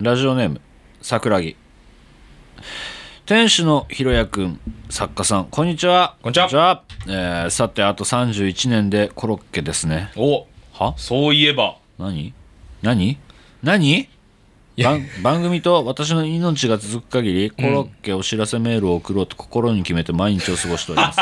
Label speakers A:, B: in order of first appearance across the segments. A: ラジオネーム桜木店主のひろやくん作家さんこんにちは
B: こんにちは
A: えーさてあと31年でコロッケですね
B: お
A: は
B: そういえば
A: 何何何番番組と私の命が続く限りコロッケお知らせメールを送ろうと心に決めて毎日を過ごしており ます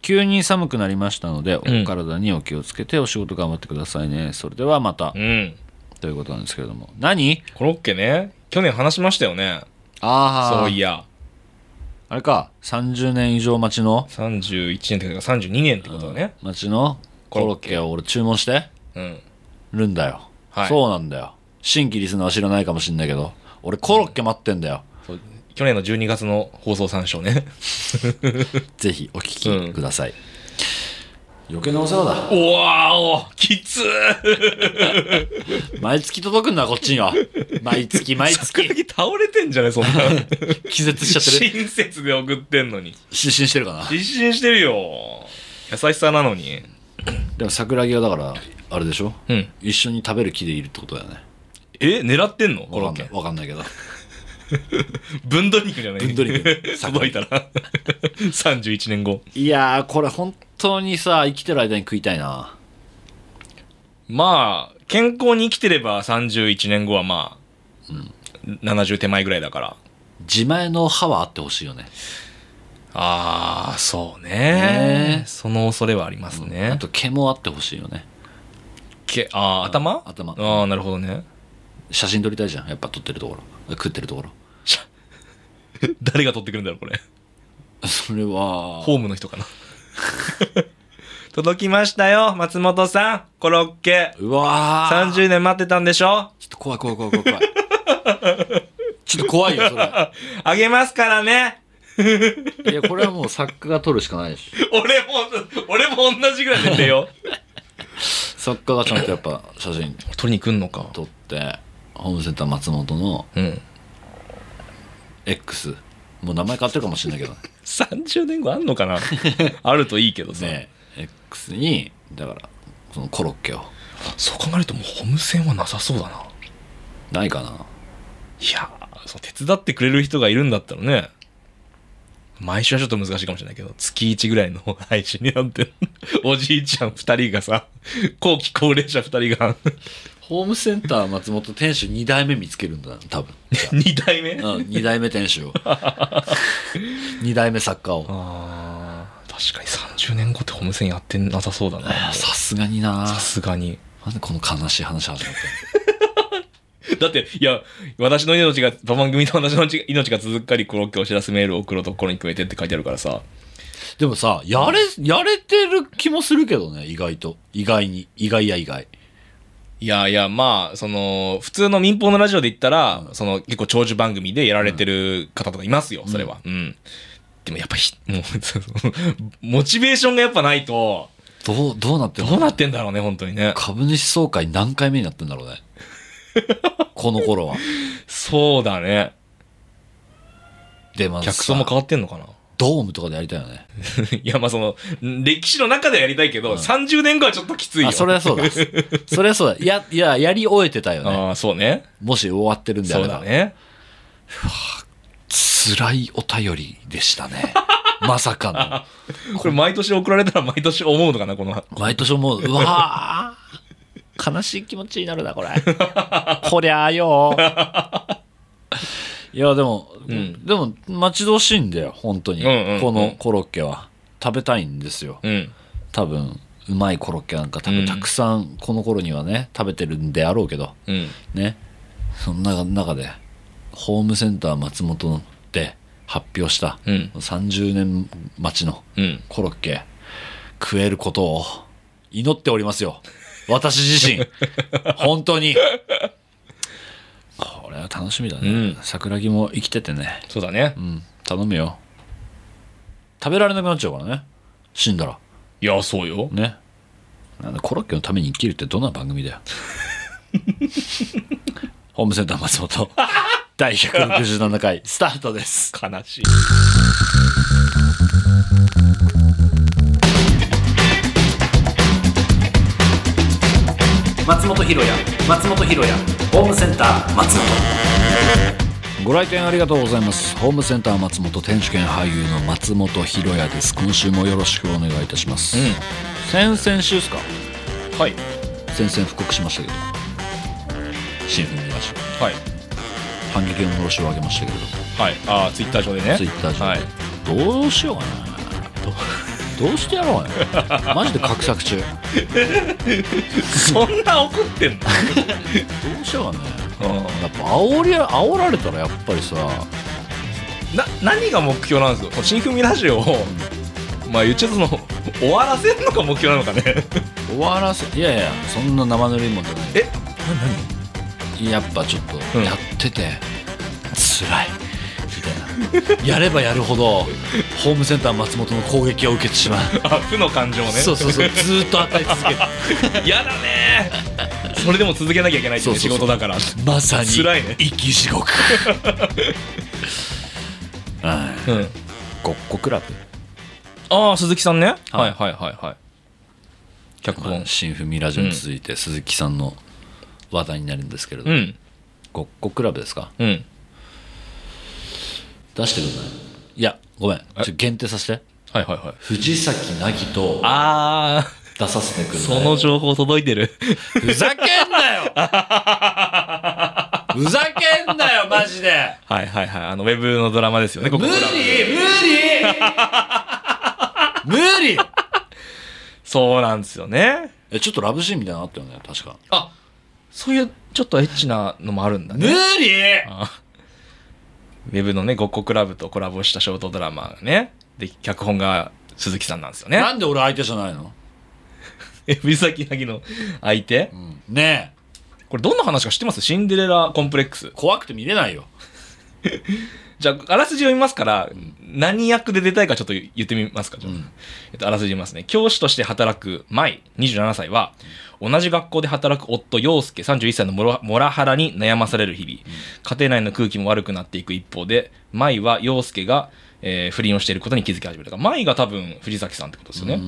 A: 急に寒くなりましたのでお
B: ん
A: 体にお気をつけてお仕事頑張ってくださいねそれではまた
B: うん
A: ということなんですけれども何
B: コロッケね去年話しましたよね
A: あ
B: そ
A: そううい
B: いや
A: あれか30年以上待ちの
B: 31年ってことか32年ってことだね
A: 待ちのコロッケを俺注文して
B: うん
A: るんだよ、
B: はい
A: そうなんだよ新規リスナーは知らないかもしんないけど俺コロッケ待ってんだよ、
B: そう去年の12月の放送参照 ね
A: ぜひお聞きください、余計なお世話だ
B: おわおきつ
A: 毎月届くんだこっちには毎月毎 月
B: ー倒れてんじゃね そんな
A: 気絶しちゃってる
B: 親切で送ってんのに
A: 失神してるかな
B: 失神してるよ優しさなのに
A: でも桜木はだからあれでしょ
B: うん
A: 一緒に食べる気でいるってことだよね
B: え狙ってんのコ
A: わか
B: ロッ
A: んない
B: ケ
A: わかんないけど
B: ぶんどり肉じゃない
A: ぶんどり 肉
B: 届いたら31年後
A: いやーこれ本当にさ生きてる間に食いたいな
B: まあ健康に生きてれば31年後はまあ、70手前ぐらいだから
A: 自前の歯はあってほしいよね
B: ああそうね
A: ね
B: その恐れはありますね、
A: あと毛もあってほしいよね
B: けあー頭
A: 頭
B: ああなるほ どね
A: 写真撮りたいじゃんやっぱ撮ってるところ食ってるところ
B: 誰が取ってくるんだろうこれ
A: それは
B: ホームの 人かな届きましたよ松本さんコロッケ
A: うわー
B: 30年待ってたんでしょ
A: ちょっと怖い怖い怖い怖い怖いちょっと怖いよそれ
B: あげますからね
A: いやこれはもう作家が撮るしかないし
B: 俺も俺も同じぐらい年齢よ
A: 作家がちゃんとやっぱ写真
B: 取りに来んのか
A: 撮ってホームセンター松本の
B: うん
A: X もう名前変わってるかもしれないけどね
B: 30年後あんの かなあるといいけどさ、
A: ね X にだからそのコロッケを
B: そう考えるともうホームセンはなさそうだな
A: ないかない
B: やーそう手伝ってくれる人がいるんだったらね毎週はちょっと難しいかもしれないけど月1ぐらいの配信になって るおじいちゃん2人がさ後期高齢者2人が
A: ホームセンター松本店主2代目見つけるんだ多分
B: 2代目
A: うん、2代目店主 を2代目作家を
B: あー確かに30年後ってホームセンやってなさそうだ
A: いや
B: な
A: さすがにな
B: さすがに
A: なんでこの悲しい話始まったの
B: だって、いや、私の命が、番組と私の命が続くかり、コロッケお知らせメールを送ろうと心に決めてって書いてあるからさ。
A: でもさ、やれ、やれてる気もするけどね、意外と。意外に。意外や意外。
B: いやいや、まあ、その、普通の民放のラジオで言ったら、その、結構長寿番組でやられてる方とかいますよ、それは。うん。でもやっぱひ、 もう、そのモチベーションがやっぱないと、
A: どう、どうなってんの
B: どうなってんだろうね、本当にね。
A: 株主総会何回目になってんだろう ね。この頃は。
B: そうだね。
A: で、まあ、
B: 客層も変わってんのかな。
A: ドームとかでやりたいよね。
B: いや、まあその、歴史の中ではやりたいけど、30年後はちょっときついよ。
A: あ、それはそうだ。それはそうだ。いや、いや、やり終えてたよね。
B: ああ、そうね。
A: もし終わってるんであ
B: そう
A: れ
B: だ
A: ば。
B: ね。
A: 辛いお便りでした ね。まさか
B: これ毎年送られたら毎年思うのかなこの。
A: の。毎年思う。うわ ー悲しい気持ちになるな、これ。こりゃあよ。いや、でも、
B: ん
A: でも、待ち遠しいんだよ、本当に。
B: うんうんうん
A: このコロッケは。食べたいんですよ。
B: うん。
A: 多分、うまいコロッケなんか多分、
B: うん
A: たくさん、この頃にはね、食べてるんであろうけど、
B: うん。
A: ね。その中中で、ホームセンター松本で発表した、
B: うん。
A: 30年待ちの
B: うん。
A: コロッケ食えることを祈っておりますよ私自身本当にこれは楽しみだね、
B: うん
A: 桜木も生きててね
B: そうだね
A: う。ん頼むよ食べられなくなっちゃうからね死んだら
B: いや、そうよ。
A: ねなんだコロッケのために生きるってどんな番組だよホームセンター松本第167回スタートです
B: 悲しい。
A: 松本ひろや松本ひろやホームセンター松本ご来店ありがとうございますホームセンター松本天主兼俳優の松本ひろ也です今週もよろしくお願いいたします、先々週ですか
B: はい
A: 先々復刻しましたけど新聞見ました
B: はい
A: 反撃ののしをあげましたけれど
B: はいああツイッター上でね
A: ツイッター上で、
B: はい
A: どうしようかなどうしてやろう かなマジで画策中ど
B: そんな怒ってんの
A: うしようかね
B: うん
A: やっぱ煽り煽られたらやっぱりさ
B: な何が目標なんですかその新組ラジオを、まあ言っちゃうとその終わらせるのが目標なのかね
A: 終わらせいやいやそんな生ぬるいもんじゃない
B: え
A: やっぱちょっと
B: うん
A: やってて辛いみたいなやればやるほどホームセンター松本の攻撃を受けてしまう
B: あ負の感情をね
A: そうそうそうずーっと与え続ける
B: やだねーそれでも続けなきゃいけないっていうね
A: そう
B: 仕
A: そうそう
B: 事だから
A: まさに
B: 辛いね
A: 生き地獄はい
B: うん
A: ごっこクラブ、
B: ああ鈴木さんね、
A: は
B: はいい、はいはいはい脚
A: まあ
B: 本
A: 新踏みラジオに続いて鈴木さんの話題になるんですけれど、
B: うん
A: ごっこクラブですか
B: うん
A: 出してくださいいやごめんちょっと限定させて
B: はいはいはい
A: 藤崎凪と
B: ああ
A: 出させてくれ
B: その情報届いてる
A: ふざけんな よふざけんなよマジで
B: はいはいはいあのウェブのドラマですよねここ
A: 無理 無理無理
B: そうなんですよね
A: えちょっとラブシーンみたいなのあったよね確か
B: あそういうちょっとエッチなのもあるんだね
A: 理
B: あウェブのね、ごっこクラブとコラボしたショートドラマがね、で、脚本が鈴木さんなんですよ ね。
A: なんで俺相手じゃないの、
B: え、藤崎凪の相手
A: うん、ねえ
B: これどんな話か知ってますシンデレラコンプレックス。
A: 怖くて見れないよ
B: じゃあ、あらすじ読みますから、何役で出たいかちょっと言ってみますか、じゃあ
A: うん
B: えっと、あらすじ言いますね。教師として働く舞、27歳は、同じ学校で働く夫、陽介、31歳のモラモラハラに悩まされる日々。家庭内の空気も悪くなっていく一方で、舞は陽介が、えー不倫をしていることに気づき始めた。舞が多分、藤崎さんってことですよね。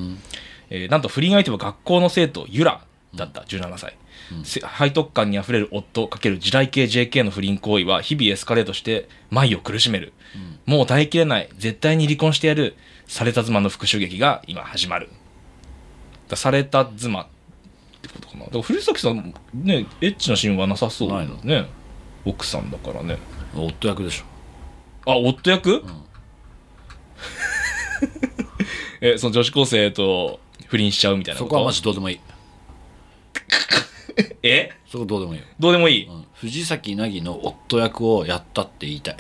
B: えーなんと不倫相手は学校の生徒ユラだった17歳、せ背徳感にあふれる夫×地雷系 JK の不倫行為は日々エスカレートして舞を苦しめる、もう耐えきれない絶対に離婚してやるされた妻の復讐劇が今始まるだされた妻ってことかなだから古崎さんねエッチなシーンはなさそう
A: ないの
B: ね奥さんだからね
A: 夫役でしょ
B: あ夫役、 えその女子高生と不倫しちゃうみたいな
A: そ
B: こと
A: こはマジどうでもいい
B: え
A: そこどうでもいいよ、
B: どうでもいい、
A: うん、藤崎凪の夫役をやったって言い たい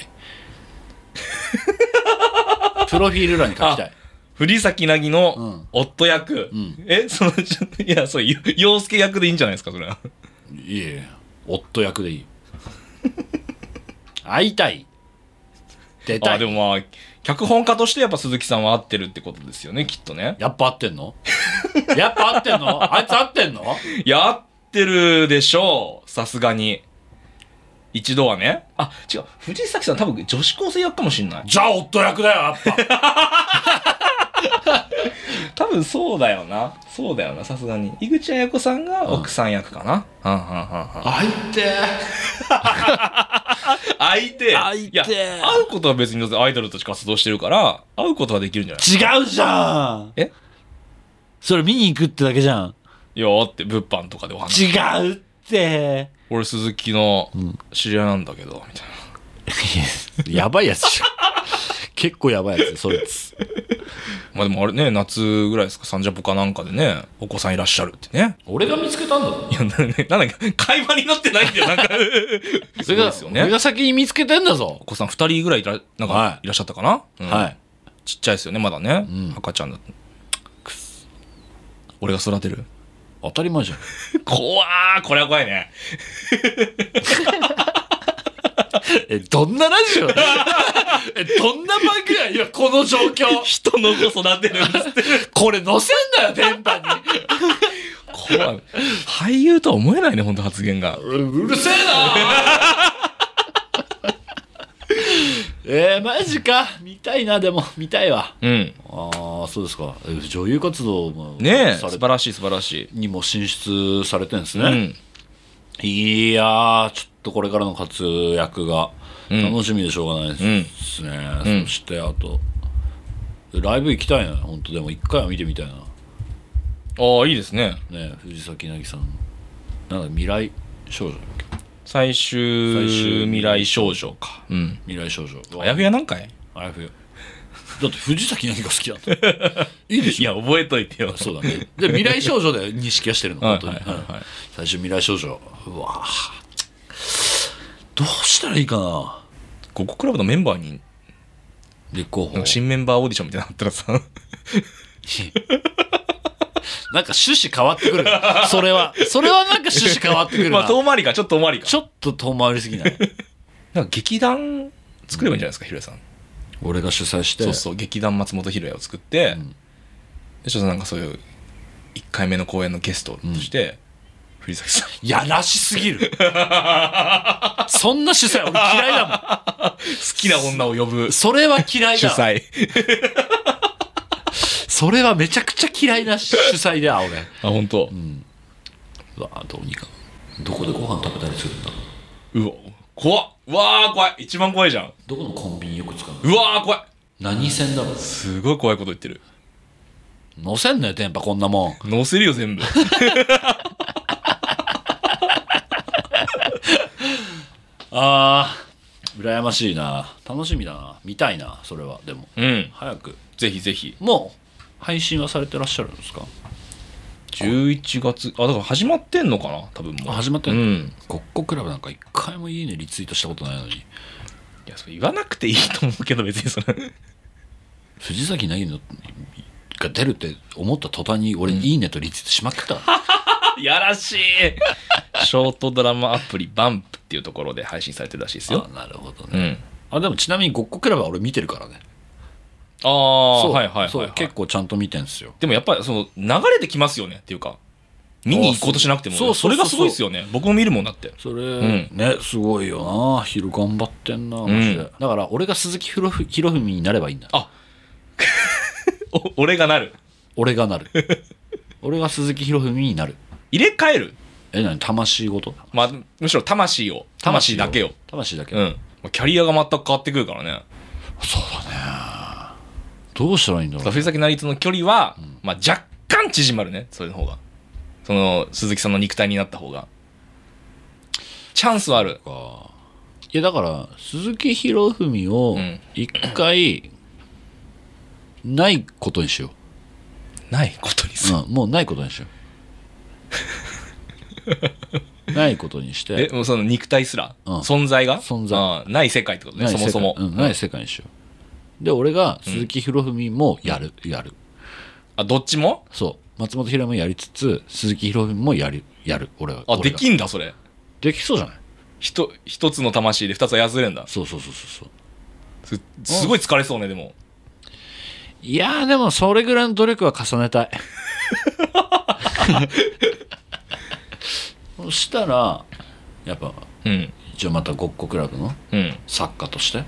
A: プロフィール欄に書きたい
B: 藤崎凪
A: うん
B: の夫役、
A: ん
B: え そのちょいやそうよ陽介役でいいんじゃないですかそれはい
A: えいえ夫役でいい 会いたい出た
B: あ
A: い
B: でもまあ脚本家としてやっぱ鈴木さんは合ってるってことですよねきっとね
A: やっぱ合ってんの やっぱ合ってんのあいつ合ってんの
B: いや合ってるでしょうさすがに一度はねあ違う藤崎さん多分女子高生役かもしんない
A: じゃあ夫役だよやっぱ
B: 多分そうだよなそうだよなさすがに井口綾子さんが奥さん役かな、うん、うんうんうん
A: 会いて
B: 相手
A: 会いてえ
B: いや会うことは別にだってアイドルとして活動してるから会うことはできるんじゃない
A: え違うじゃん
B: え
A: それ見に行くってだけじゃん
B: いや会って物販とかでお話
A: 違うって
B: 俺鈴木の知り合いなんだけど、みたい
A: やばいやつじゃん 結構やばいやつそいつ
B: なまあでもあれね夏ぐらいですかサンジャポかなんかでねお子さんいらっしゃるってね
A: 俺が見つけたんだぞ
B: いやななんだっけ会話になってないんだ よなんか
A: それが、
B: すごいですよね
A: 俺が先に見つけてんだぞ
B: お、子さん2人ぐらいいらなんか、
A: はい
B: い、らっしゃったかな、うん
A: はい
B: ちっちゃいですよねまだね、
A: うん
B: 赤ちゃんだくっそ俺が育てる
A: 当たり前じゃん
B: 怖ーこれは怖いね
A: え、どんなラジオ え、どんな番組や今この状況。
B: 人の子育てるんですって
A: これ載せんなよ、電波に。
B: 怖い俳優とは思えないね本当発言が
A: うるせえな えー、マジか。見たいな、でも、見たいわ。
B: うん
A: ああ、そうですか。え女優活動も
B: ねえ
A: さ
B: 素
A: れ
B: 晴らしい素晴らしい
A: にも進出されてんです
B: う
A: ね。
B: ん
A: いやー、ちょっとこれからの活躍が楽しみでしょうがないですね。
B: うん
A: そして、あと、ライブ行きたいな、本当でも一回は見てみたいな。
B: ああ、いいですね。
A: ね藤崎凪さんのなんだ未来少女だっけ
B: 最終
A: 最終
B: 未来少女か。うん。
A: 未来少女
B: あやふやなんかい
A: あやふやだって藤崎凪が好きなんだいいで
B: い
A: しょ
B: や、覚えとい てよ。
A: そうだねで未来少女で認識はしてるの
B: はい
A: 本当に、
B: はいはいは
A: う
B: い
A: ん最終未来少女うわぁどうしたらいいかな
B: ここクラブのメンバーに、
A: 立候補
B: なんか新メンバーオーディションみたいなのあったらさ、
A: なんか趣旨変わってくるなそれはそれはなんか趣旨変わってくるな、
B: まあ遠回りか、ちょっと遠回りか。
A: ちょっと遠回りすぎない
B: なんか劇団作ればいいんじゃないですか、ヒロヤさん。
A: 俺が主催して
B: そうそう、劇団松本ヒロヤを作って、で、ちょっとなんかそういう、1回目の公演のゲストとして、藤崎さん。
A: やらしすぎるそんな主催俺嫌いだもん
B: 好きな女を呼ぶ
A: それは嫌い
B: 主
A: だ。
B: 催。
A: それはめちゃくちゃ嫌いな主催だ、俺。
B: あ、本当。
A: うわどうにか。どこでご飯食べたりするんだ
B: うわ、怖っうわー怖い一番怖いじゃん。
A: どこのコンビニよく使うの
B: うわー怖い
A: 何線だろう
B: すごい怖いこと言ってる。
A: 乗せんのよ、電波こんなもん。
B: 載せる よ、全部。
A: あー、羨ましいな。楽しみだな。見たいな、それは。でも、
B: うん。
A: 早く。
B: ぜひぜひ。
A: もう、配信はされてらっしゃるんですか
B: 11月、あ、だから始まってんのかな多分も
A: あ
B: う。
A: 始まって
B: うん
A: の
B: ん。
A: コッコクラブなんか一回もいいねリツイートしたことないのに。
B: いや、それ言わなくていいと思うけど、別にそれ。
A: 藤崎凪のが出るって思った途端に俺、いいねとリツイートしまくったわ。
B: やらしいショートドラマアプリ、バンプっていうところで配信されてるらしいですよ
A: あ。なるほどね。
B: うん。
A: あでもちなみにごっこクラブは俺見てるからね
B: ああ、
A: そう
B: はいはいはい、
A: そ
B: は
A: う
B: い。
A: 結構ちゃんと見てんすよ
B: でもやっぱり、その、流れてきますよねっていうか、見に行こうとしなくても、
A: そう
B: そ
A: そうそうそう
B: れがすごいですよね。僕も見るもんだって。
A: それ、
B: ん
A: ねすごいよな昼頑張ってんなマジで、
B: うん
A: だから俺が鈴木ひろふひろふみになればいいんだ
B: あお俺がなる。
A: 俺がな る俺が鈴木ひろふみになる
B: 入れ替える
A: え何魂ごと
B: まあ、むしろ魂を。魂だけを。
A: 魂だけ、
B: うん。まあキャリアが全く変わってくるからね。
A: そうだねどうしたらいいんだろう
B: 藤崎成との距離は、まあ、若干縮まるね。それの方が。その、鈴木さんの肉体になった方が。チャンスはある。
A: かいやだから鈴木ひろふみを
B: うん
A: 一回ないことにしよう
B: ないことにする。
A: うん、もうないことにしよ う。ないことにし
B: え、
A: て、
B: もうその肉体すら、
A: うん
B: 存在が
A: 存在
B: ああない世界ってことね、
A: ない
B: そ
A: 世
B: も
A: 界
B: そも。
A: うん、ない世界にしよう。で、俺が鈴木ひろふみもやる、やる。
B: あ、どっちも
A: そう。松本ひろもやりつつ、鈴木ひろふみもやる、やる。俺は。
B: あ、
A: 俺
B: で
A: が
B: きんだ、それ。
A: できそうじゃない
B: ひと、一つの魂で二つは痩せれんだ。
A: そうそうそうそうそう。
B: すすごい疲れそうね、でも。
A: いやー、でもそれぐらいの努力は重ねた い。そしたら、やっぱ、
B: うん。
A: 一応またごっこクラブの
B: うん。
A: 作家として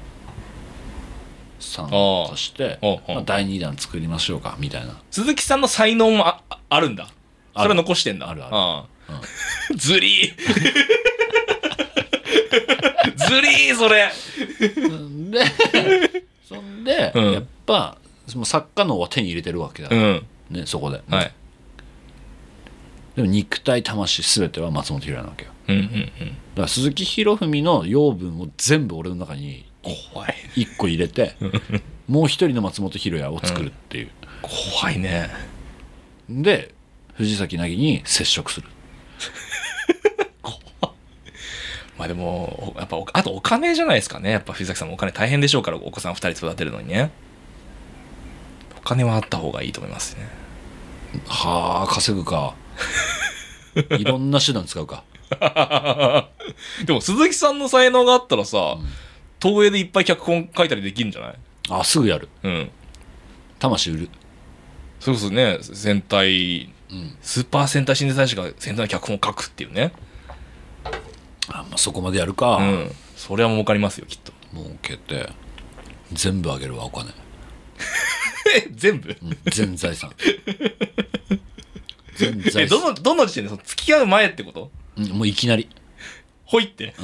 A: 参
B: あ
A: 加
B: あ
A: して
B: おうおう
A: まあ、第2弾作りましょうかみたいな
B: 鈴木さんの才能もあああるんだ。それは残してんだ。
A: あるある
B: ああ ずりーずりーそれ
A: で そんで、
B: うん
A: やっぱその作家のは手に入れてるわけだ、
B: うん。
A: ねそこで、
B: はい。
A: でも肉体魂全ては松本ひろやなわけよ
B: うんうん
A: だから鈴木ひろふみの養分を全部俺の中に
B: うん。怖い。
A: 1個入れてもう一人の松本ひろやを作るっていう、
B: 怖いね。
A: で藤崎凪に接触する
B: まあでも、おやっぱお、あとお金じゃないですかね。やっぱ藤崎さんもお金大変でしょうから、お子さん二人育てるのにね。お金はあった方がいいと思いますね。
A: はあ稼ぐ かいろんな手段使うか
B: でも鈴木さんの才能があったらさ、東映でいっぱい脚本書いたりできるんじゃない
A: あすぐやる
B: うん。
A: 魂売る
B: それこそね、戦隊、
A: ん
B: スーパー戦隊新大使が戦隊の脚本を書くっていうね。
A: あ、まあ、そこまでやるか、
B: うん。それは儲かりますよ、きっと。
A: 儲けて全部あげるわお金、
B: え、 全部
A: うん全 財産全財
B: え、
A: 産
B: どの、どの時点でその付き合う前ってこと
A: ううんもういきなり
B: ほいって。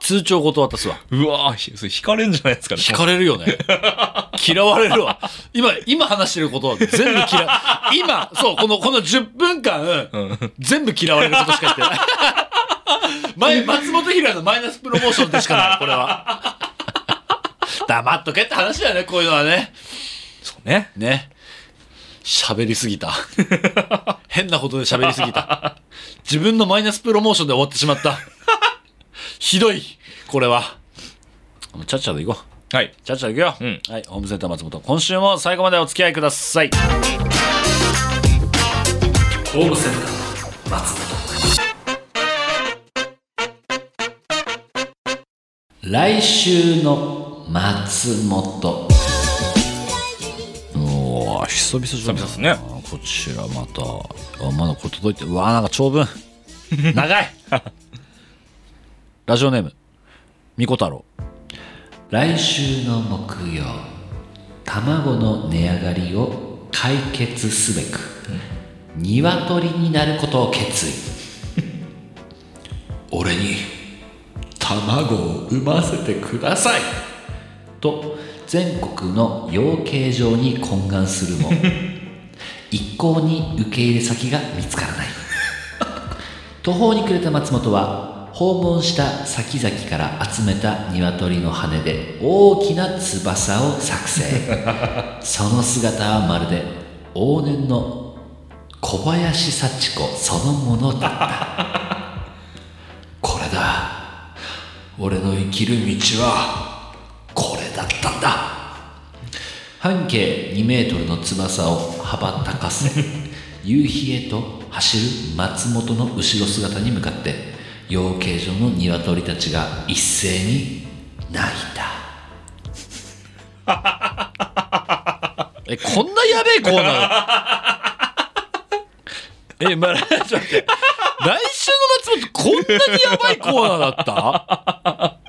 A: 通帳ごと渡すわ
B: うわぁ、それ引かれんじゃないですかね。
A: 引かれるよね 嫌われるわ今今話してることは全部嫌い今そうこのこの10分間、
B: うん
A: 全部嫌われることしか言ってない 前松本平のマイナスプロモーションでしかないこれは黙っとけって話だよねこういうのはね
B: そうね。
A: ね喋りすぎた変なことで喋りすぎた自分のマイナスプロモーションで終わってしまったひどいこれはもうちゃっちゃと行こう
B: はい。
A: ちゃっちゃと行くよ、
B: ん
A: はいホームセンター松本今週も最後までお付き合いくださいホームセンター松本来週の松本おー久々じゃない
B: 久々っすね
A: こちらまたあまだこれ届いてうわーなんか長 文長い ラジオネームみこ太郎来週の木曜卵の値上がりを解決すべく鶏になることを決意 俺に卵を産ませてくださいと全国の養鶏場に懇願するも一向に受け入れ先が見つからない途方に暮れた松本は訪問した先々から集めた鶏の羽で大きな翼を作成その姿はまるで往年の小林幸子そのものだったこれだ俺の生きる道はこれだったんだ半径2メートルの翼を羽ばたか せ夕日へと走る松本の後ろ姿に向かって養鶏場の鶏たちが一斉に泣いた えこんなやべえコーナー えまあちょっと待って来週の松本こんなにやばいコーナーだった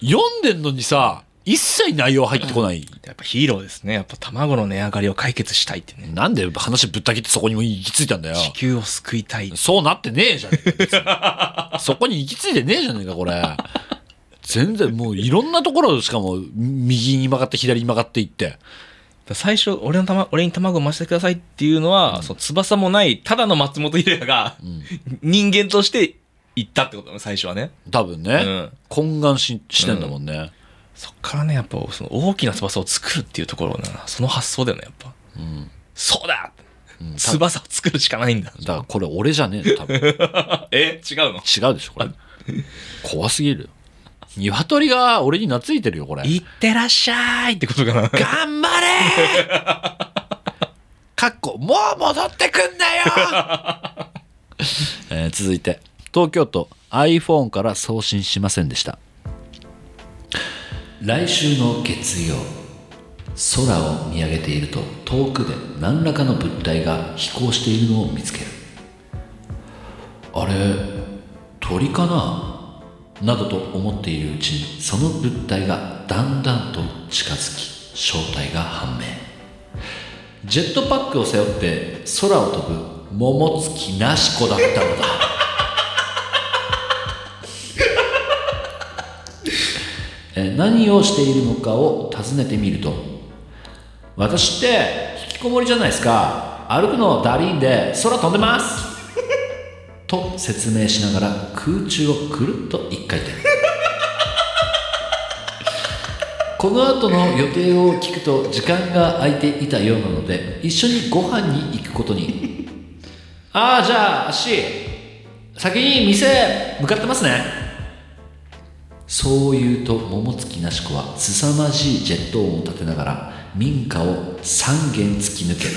A: 読んでんのにさ一切内容入ってこない
B: やっぱヒーローですね。やっぱ卵の値上がりを解決したいってね。
A: なんで話ぶった切ってそこにも行き着いたんだよ。
B: 地球を救いたい。
A: そうなってねえじゃねえか別に。 そこに行き着いてねえじゃねえか、これ。全然もういろんなところしかも右に曲がって左に曲がっていって。
B: 最初、俺の卵、俺に卵を増してくださいっていうのは、その翼もない、ただの松本秀也が、人間として言ったってことだね、最初はね。
A: 多分
B: う
A: ね、
B: ん。
A: 懇願ししてんだもんね。
B: そっからね、やっぱ、その大きな翼を作るっていうところな、その発想だよね、やっぱ。
A: うん
B: そうだ
A: うんた
B: 翼を作るしかないんだ。
A: だからこれ俺じゃねえの多分。違
B: え違う
A: う
B: の
A: でしょ、 これ。怖すぎるよ。鶏が俺に懐いてるよ、これ。
B: いってらっしゃいってこと かな。
A: 頑張 れーかっこもう戻ってくんなよ、 えー続いて東京都 iPhone から送信しませんでした来週の月曜空を見上げていると遠くで何らかの物体が飛行しているのを見つけるあれ鳥かななどと思っているうちにその物体がだんだんと近づき正体が判明ジェットパックを背負って空を飛ぶ桃月なし子だったのだ えー何をしているのかを尋ねてみると私って引きこもりじゃないですか歩くのダリーンで空飛んでますと説明しながら空中をくるっと一回転 この後の予定を聞くと時間が空いていたようなので一緒にご飯に行くことにああじゃあ足先に店向かってますねそう言うと桃月なし子は凄まじいジェット音を立てながら民家を3軒突き抜 け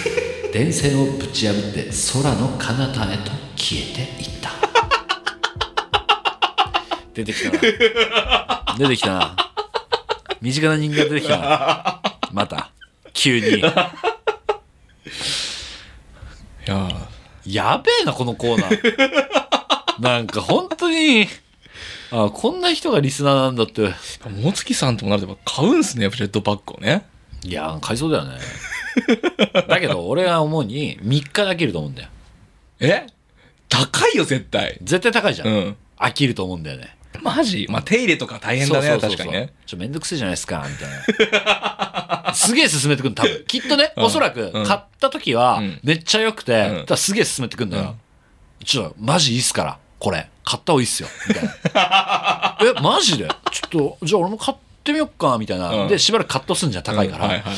A: 電線をぶち破って空の彼方へと消えていった出てきたな出てきたな身近な人間が出てきたなまた急に
B: いやー
A: やべえなこのコーナー なんか本当にあこんな人がリスナーなんだって
B: もつきさんともなるとやっぱ買うんすね、やっぱジェットパックをね。
A: いやー買いそうだよね だけど俺は思うに3日で飽きると思うんだよ
B: え高いよ、絶対。
A: 絶対高いじゃん、
B: うん。
A: 飽きると思うんだよね
B: マジまあ、手入れとか大変だね、
A: そうそうそうそう
B: 確かにね。
A: ちょめんどくせえじゃないですかみたいな すげえ進めてくる多分きっとね、
B: うん
A: おそらく
B: うん
A: 買った時は
B: うん
A: めっちゃ良くて、
B: うん
A: ただすげえ進めてくるんだよ、ちょっとマジいいっすからこれ買った方がいいっすよみたい なえマジでちょっとじゃあ俺も買ってみよっかみたいな、
B: うん
A: でしばらくカットすんじゃん高いから、
B: うんはいはいはい。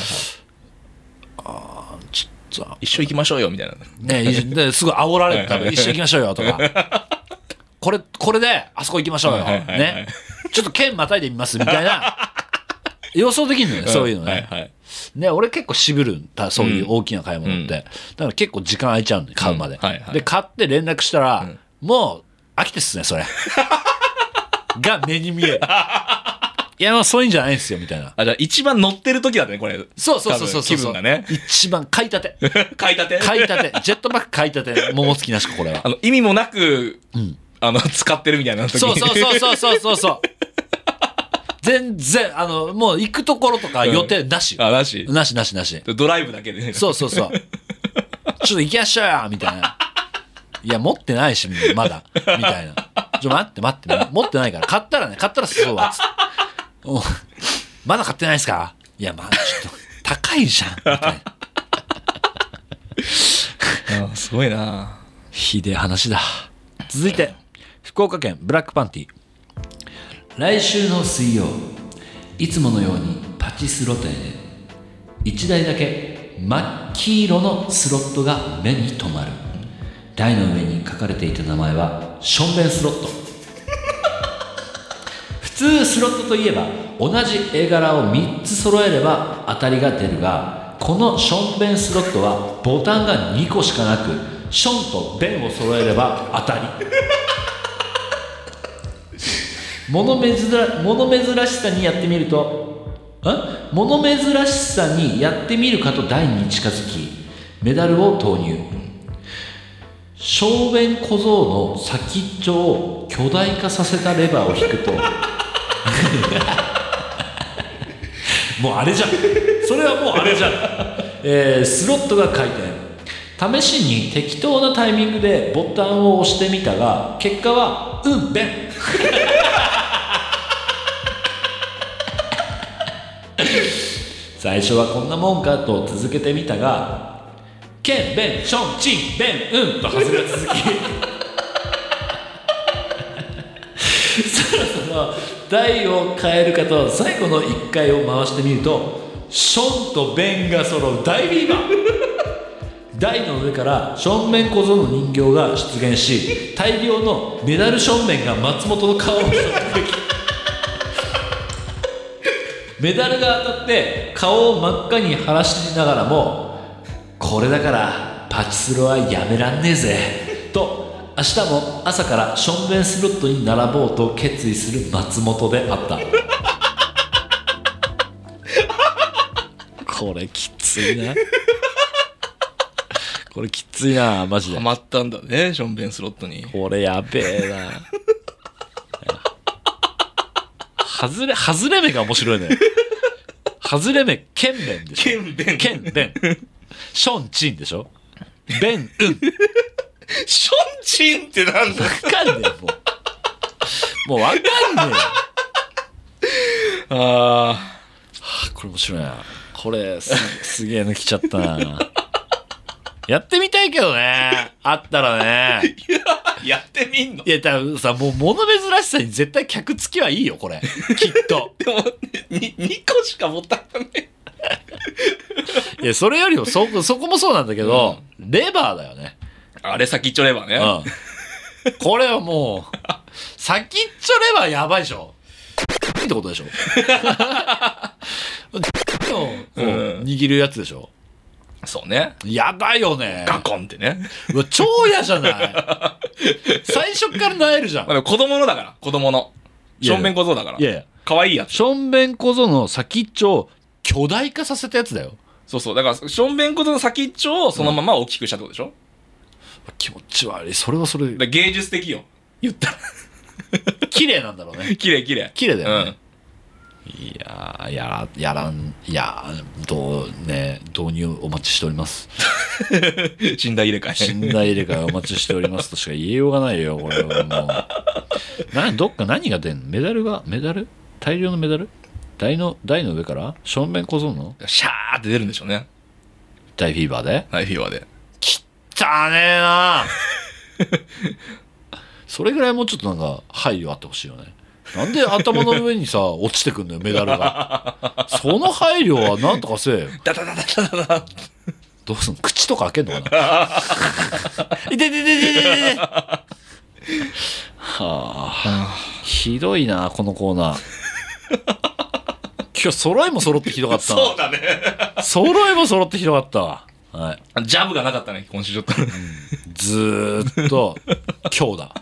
A: ちょっと
B: 一緒行きましょうよ、みたいな。
A: ね、 いじですごい煽られて多分一緒行きましょうよとか。これ、これで、あそこ行きましょうよ。
B: はいはいはいはい
A: ね。ちょっと剣またいでみますみたい な。予想できるのよね、そういうのね。
B: はいはい。
A: ね、俺結構渋るんだ、そういう大きな買い物って。
B: うん
A: だから結構時間空いちゃうんで、買うまで。
B: うんはいはい
A: で、買って連絡したら、もう飽きてっすね、そ れ。が目に見える。いや、もうそういうんじゃないんですよ、みたいな。
B: あ、じゃあ一番乗ってる時だね、これ。
A: そうそうそうそうそう。
B: 多分気分がね。
A: 一番買いたて。
B: 買いたて。
A: 買いたて。ジェットバック買いたて。桃付きなしか、これは
B: あ。の、意味もなく、あの、使ってるみたいな時に
A: そうそうそうそうそうそうそう。全然、あの、もう行くところとか予定なし。
B: あ、だし。
A: なしなしなし。
B: ドライブだけでね。
A: そうそうそう。ちょっと行きましょうよみたいな。いや、持ってないし、まだ。みたいな。ちょ、待って待って。持ってないから。買ったらね、買ったらそうわ。つっておまだ買ってないですかいや、まあ、ちょっと、高いじゃん。みたいな。
B: あすごいな
A: ひでえ話だ続いて福岡県ブラックパンティ来週の水曜いつものようにパチスロ店へ1台だけ真っ黄色のスロットが目に留まる台の上に書かれていた名前はションベンスロット普通スロットといえば同じ絵柄を3つ揃えれば当たりが出るがこのションベンスロットはボタンが2個しかなくションとベンを揃えれば当たり 物珍物珍しさにやってみるとん物珍しさにやってみるかと台に近づきメダルを投入小便小僧の先っちょを巨大化させたレバーを引くともうあれじゃんそれはもうあれじゃん、えースロットが回転試しに適当なタイミングでボタンを押してみたが結果は「うんべん」最初はこんなもんかと続けてみたが「けんべんしょんちんべんうん」と外れ続きそろそろ台を変えるかと最後の1回を回してみると「しょん」と「べん」が揃う大ビーバー台の上から正面小僧の人形が出現し大量のメダル正面が松本の顔を襲ってきメダルが当たって顔を真っ赤に晴らしながらもこれだからパチスロはやめらんねえぜと明日も朝からションベンスロットに並ぼうと決意する松本であったこれきついなこれきついなマジで
B: ハマったんだね、ションベンスロットに。
A: これやべえな外れ外れ目が面白いね外れ目剣弁でしょ
B: ケンベン。
A: 剣弁ションチンでしょ弁うん
B: ションチンってなんだ
A: わかんねえもうもうわかんねえ
B: あ
A: あこれ面白いなこれすすげえの来ちゃったなやってみたいけどねあったらね
B: ー やってみんの
A: いや多分さもう物珍しさに絶対客付きはいいよこれきっと
B: でも、に2個しかボタンがない。
A: いや、それよりも、そこ、そこもそうなんだけど、レバーだよね。
B: あれ先っちょレバーね。
A: うん。これはもう、先っちょレバーやばいでしょ。ってことでし ょ。をこう
B: うん
A: 握るやつでしょ。
B: そうね。
A: やばいよね。
B: ガコンってね。
A: うわ超嫌じゃない。最初っからなえるじ ゃん
B: まあ。でも子供のだから、子供の。
A: い
B: シ
A: や
B: ョンベン小僧だから。
A: いやいや、
B: 可愛いやつ。
A: しょんべん小僧の先っちょを巨大化させたやつだよ。
B: そうそう。だから、ションベン小僧の先っちょをそのまま大きくしたってことでしょ、
A: 気持ち悪い。それはそれ
B: だか、ら芸術的よ。言ったら。
A: 綺麗なんだろうね。
B: 綺麗綺麗。
A: 綺麗だよね。いやーやらやらんいやーどうね導入お待ちしております
B: 信頼入れ替
A: 信
B: え。
A: 頼入れ替えお待ちしておりますとしか言いようがないよこれはもうなどっか何が出んのメダルがメダル大量のメダル台の台の上から正面こぞんの
B: シャーって出るんでしょうね。
A: 大フィーバーで
B: ナイフィーバーで。
A: 汚ねえなそれぐらいもうちょっとなんか配慮あってほしいよねなんで頭の上にさ落ちてくんのよメダルがその配慮はなんとかせえよ
B: ダダダダダダダ
A: どうすんの口とか開けんのかな いてててててててはあひどいなこのコーナー今日揃いも揃ってひどかった
B: そう
A: な
B: だね。
A: 揃いも揃ってひどかったわはい
B: ジャブがなかったね、今週ちょっと。
A: ずーっと強 打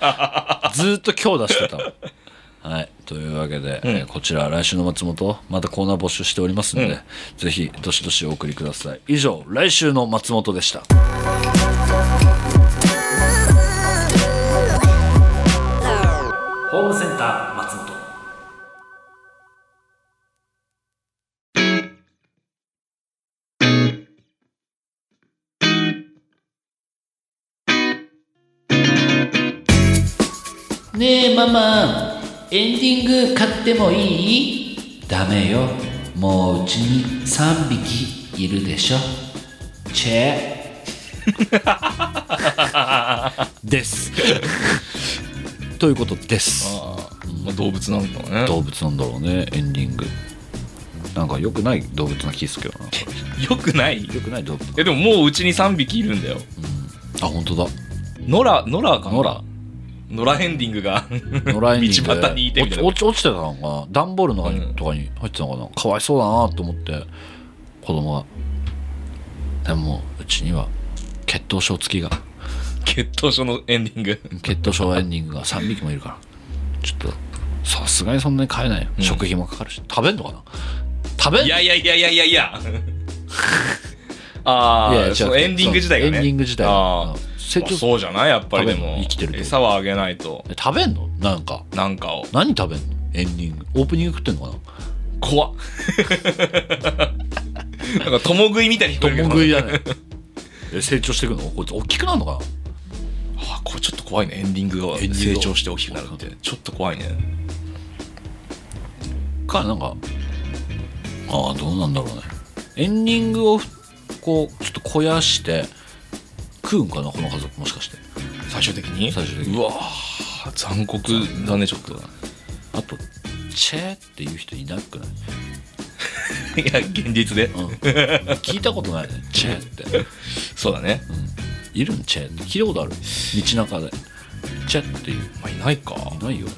A: ずーっと強打してたはいというわけで、えーこちら来週の松本またコーナー募集しておりますので、
B: うん
A: ぜひどしどしお送りください以上来週の松本でしたホームセンター松本ねえママエンディング買ってもいいダメよもううちに3匹いるでしょチェ ですということです
B: あーまあ、動物なんだね。
A: 動物なんだろうねエンディングなんか良くない動物な気するけどな
B: よくない
A: 良くない動物
B: え、でももううちに3匹いるんだよ。
A: あ本当だ
B: ノラ、ノラかな
A: 野良
B: ノラエンディングが。
A: 野良エンディング
B: 道端にいてみたいな
A: 落ち落ちてたのかな段ボールの中に、
B: うん
A: とかに入ってたのかなかわいそうだなと思って子供がでもうちには血糖症付きが
B: 血糖症のエンディング。
A: 血糖症エンディングが3匹もいるからちょっとさすがにそんなに買えないよ、
B: ん
A: 食費もかかるし食べんのかな食べん
B: いやいやい やいやいやいや。あ
A: いやいや違
B: あ、
A: う
B: そのエンディング自体がね。
A: エンディング自体が
B: あ
A: うん
B: ー
A: 成
B: まあ
A: 長
B: そうじゃないやっぱりで
A: 食べる
B: も
A: の生きてると
B: 餌はあげないと
A: え食べんのなんか
B: なんかを
A: 何食べんのエンディングオープニング食ってんのかな
B: 怖っ なんか共食いみたいに聞こえるけ
A: 共
B: ど
A: 食いだねえ成長していくのこいつ大きくなるのかな
B: あこれちょっと怖いねエンディングが
A: エンディング
B: 成
A: が
B: 長して大きくなるってちょっと怖いね
A: かなんかああどうなんだろうねエンディングをこうちょっと肥やして食うんかなこの家族もしかして
B: 最終的に
A: 最終的に
B: うわー残酷だねちょっとい
A: あとチェーっていう人いなくない、
B: や現実で
A: うん、聞いたことないねチェーって
B: そうだね
A: いるんチェーって聞いたことある道中でチェーっていう
B: まあいないか
A: いないよね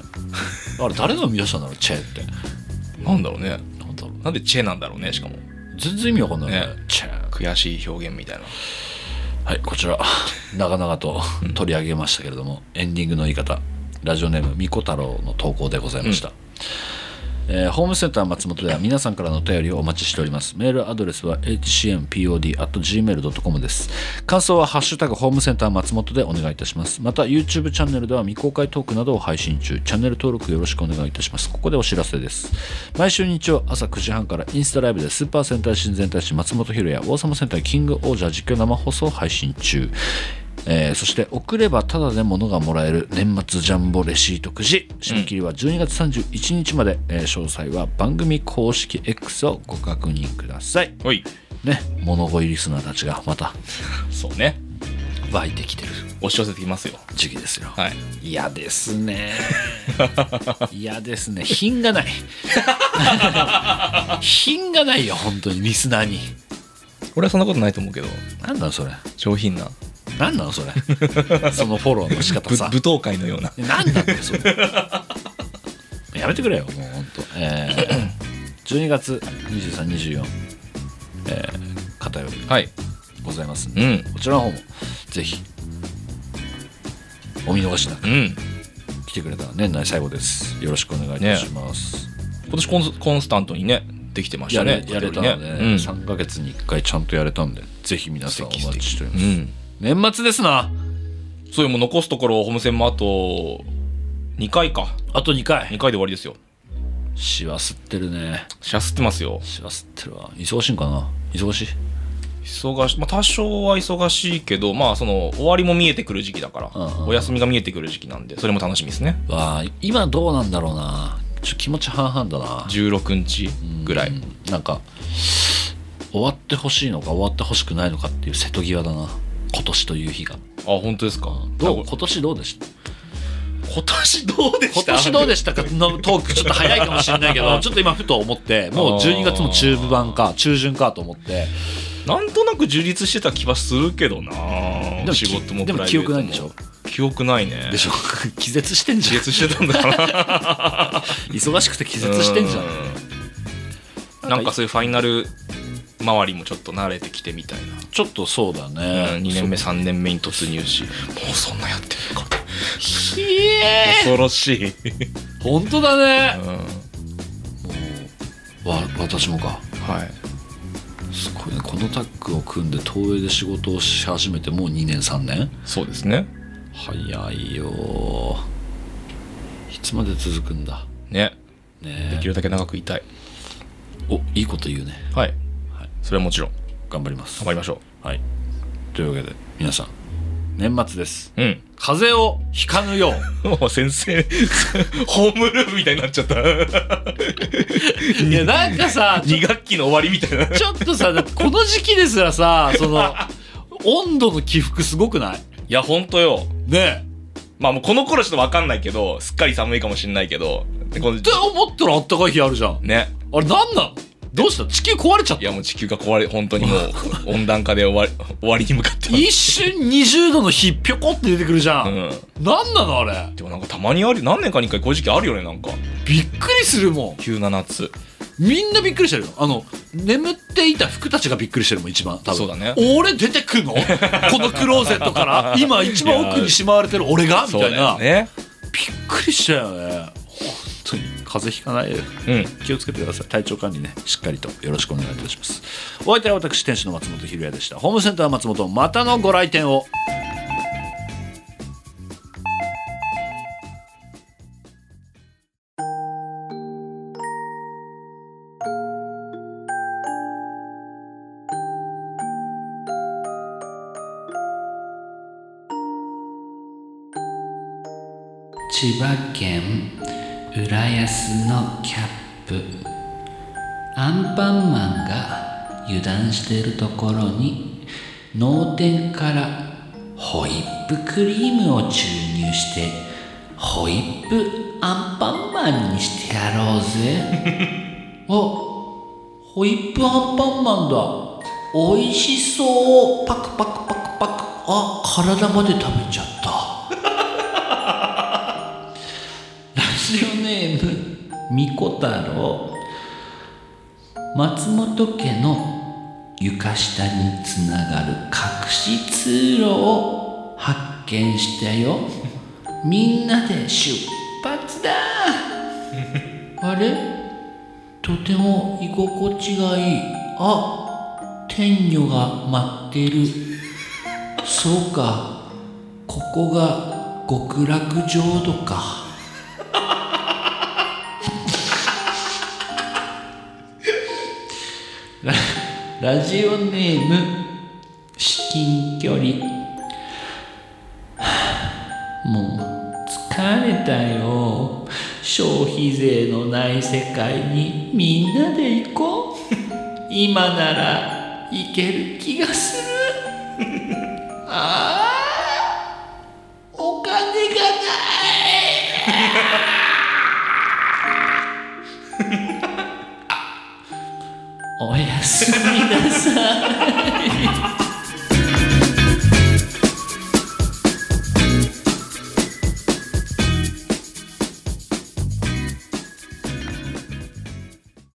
A: あれ誰が生み出したんだろうチェーって
B: なんだろうね
A: なんだろう
B: なんでチェなんだろうねしかも
A: 全然意味わかんないよね
B: ね
A: チェー
B: 悔しい表現みたいな
A: はい、こちら、長々と取り上げましたけれども、エンディングの言い方、ラジオネーム、みこ太郎の投稿でございました。えーホームセンター松本では皆さんからのお便りをお待ちしております。メールアドレスは hcmpod.gmail.com です。感想はハッシュタグホームセンター松本でお願いいたします。また YouTube チャンネルでは未公開トークなどを配信中。チャンネル登録よろしくお願いいたします。ここでお知らせです。毎週日曜朝9時半からインスタライブでスーパー戦隊新戦隊士松本ひろや王様戦隊キングオージャー実況生放送を配信中。えーそして送ればただで物がもらえる年末ジャンボレシートくじ締め切りは12月31日まで、えー詳細は番組公式 X をご確認ください
B: おい
A: ね物乞いリスナーたちがまた
B: そうね
A: 湧いてきてる
B: 押し寄せてきますよ
A: 時期ですよ
B: はい
A: 嫌ですね 嫌ですね品がない 品がないよ本当にリスナーに
B: 俺はそんなことないと思うけど
A: 何なのそれ
B: 上品な
A: 何なのそれそのフォローの仕方
B: ぶ
A: さ
B: 舞踏会のような
A: 何なんだよそれやめてくれよもうほんとえー、12月2324えー、片寄り
B: はい
A: ございますん
B: う
A: で、
B: ん
A: こちらの方もぜひお見逃しなく
B: うん
A: 来てくれたら年内最後ですよろしくお願いいたします、
B: 今年コンスコンスタントにねできてまし
A: や
B: た
A: れ
B: ね
A: やれたの
B: ね
A: で、
B: うん素
A: 3ヶ月に1回ちゃんとやれたんでぜひ皆さんお待
B: 敵素
A: ち
B: 敵
A: しており
B: う
A: ます、
B: ん
A: 年末ですな
B: そういうもう残すところホームセンもあと2回か
A: あと2回
B: 2回で終わりですよ
A: しわ吸ってるね
B: シャスってますよ。
A: しわ吸ってるわ忙しいんかな忙しい
B: 忙し、まあ多少は忙しいけど、まあその終わりも見えてくる時期だから、
A: うんうん
B: お休みが見えてくる時期なんで、それも楽しみですね。
A: わあ今どうなんだろうなちょっと気持ち半々だな
B: 16日ぐらい。
A: うんなんか終わってほしいのか終わってほしくないのかっていう瀬戸際だな今年という日が
B: あ、本当ですか。
A: どう
B: なんか
A: 今年どうでした
B: 今年どうでし
A: 今
B: た
A: 年どうで したかのトークちょっと早いかもしれないけどちょっと今ふと思ってもう12月も中盤か中旬かと思って
B: なんとなく充実してた気はするけどな
A: でも
B: 仕事も
A: で
B: プ
A: も
B: ライ
A: 記
B: ベート
A: 憶ない
B: も
A: んでしょ
B: 記憶ないね
A: でしょ 気絶してんじ
B: 気
A: ゃん
B: 絶してたんだから
A: 忙しくて気絶してんじゃん
B: うんなんかそういうファイナル周りもちょっと慣れてきてみたい
A: ちょっとそうだ
B: な、
A: ね
B: うん、2年目3年目に突入しもうそんなやってるか
A: ひえ
B: 恐ろしい、
A: 本当だね
B: うん、はい
A: わ私もかすごいねこのタッグを組んで東映で仕事をし始めてもう2年3年
B: そうですね
A: 早いよいつまで続くんだ
B: ねで
A: ね
B: きるだけ長くいたい
A: おいいこと言うね
B: はい、
A: はい
B: それはもちろん
A: 頑張ります
B: 頑張りましょ
A: はいというわけで皆さん年末です
B: ううん
A: 風邪をひかぬよう
B: もう先生ホームルームみたいになっちゃった
A: いやなんかさちょ
B: 2学期の終わりみたいな
A: ちょっとさだってこの時期ですらさその温度の起伏すごくない
B: いや、ほんとよ。
A: ね
B: まあもうこの頃ちょっとわかんないけど、すっかり寒いかもしんないけど、でこの
A: えって思ったらあったかい日あるじゃん
B: ね。
A: あれなんなのどうした地球壊れちゃっ
B: い
A: た
B: やもう地球が壊れ、本当に もう温暖化で終わり、終わりに向かってます
A: 一瞬20度の日ぴょこって出てくるじゃ、
B: うんん。
A: なんなのあれ
B: でもなんかたまにある、何年かに一回こういう時期あるよね、なんか。
A: びっくりするもん
B: 急な夏。
A: みんなびっくりしてるよあの眠っていた服たちがびっくりしてるもん一番多分
B: そうだね
A: 俺出てくの このクローゼットから今一番奥にしまわれてる俺がみ
B: そう
A: たい
B: だ
A: な、
B: よね。
A: びっくりしたよね本当に風邪ひかないよ
B: うん。
A: 気をつけてください体調管理ねしっかりとよろしくお願いいたしますお相手は私店主の松本ひろやでしたホームセンター松本またのご来店を
C: 千葉県浦安のキャップアンパンマンが油断しているところに脳天からホイップクリームを注入してホイップアンパンマンにしてやろうぜあホイップアンパンマンだおいしそうパクパクパクパクあ体まで食べちゃったラジオネームみこ太郎松本家の床下につながる隠し通路を発見したよみんなで出発だあれとても居心地がいいあ天女が待ってるそうかここが極楽浄土かララジオネーム至近距離 はあもう疲れたよ消費税のない世界にみんなで行こう 今ならいける気がする ああお金がないおやすみなさい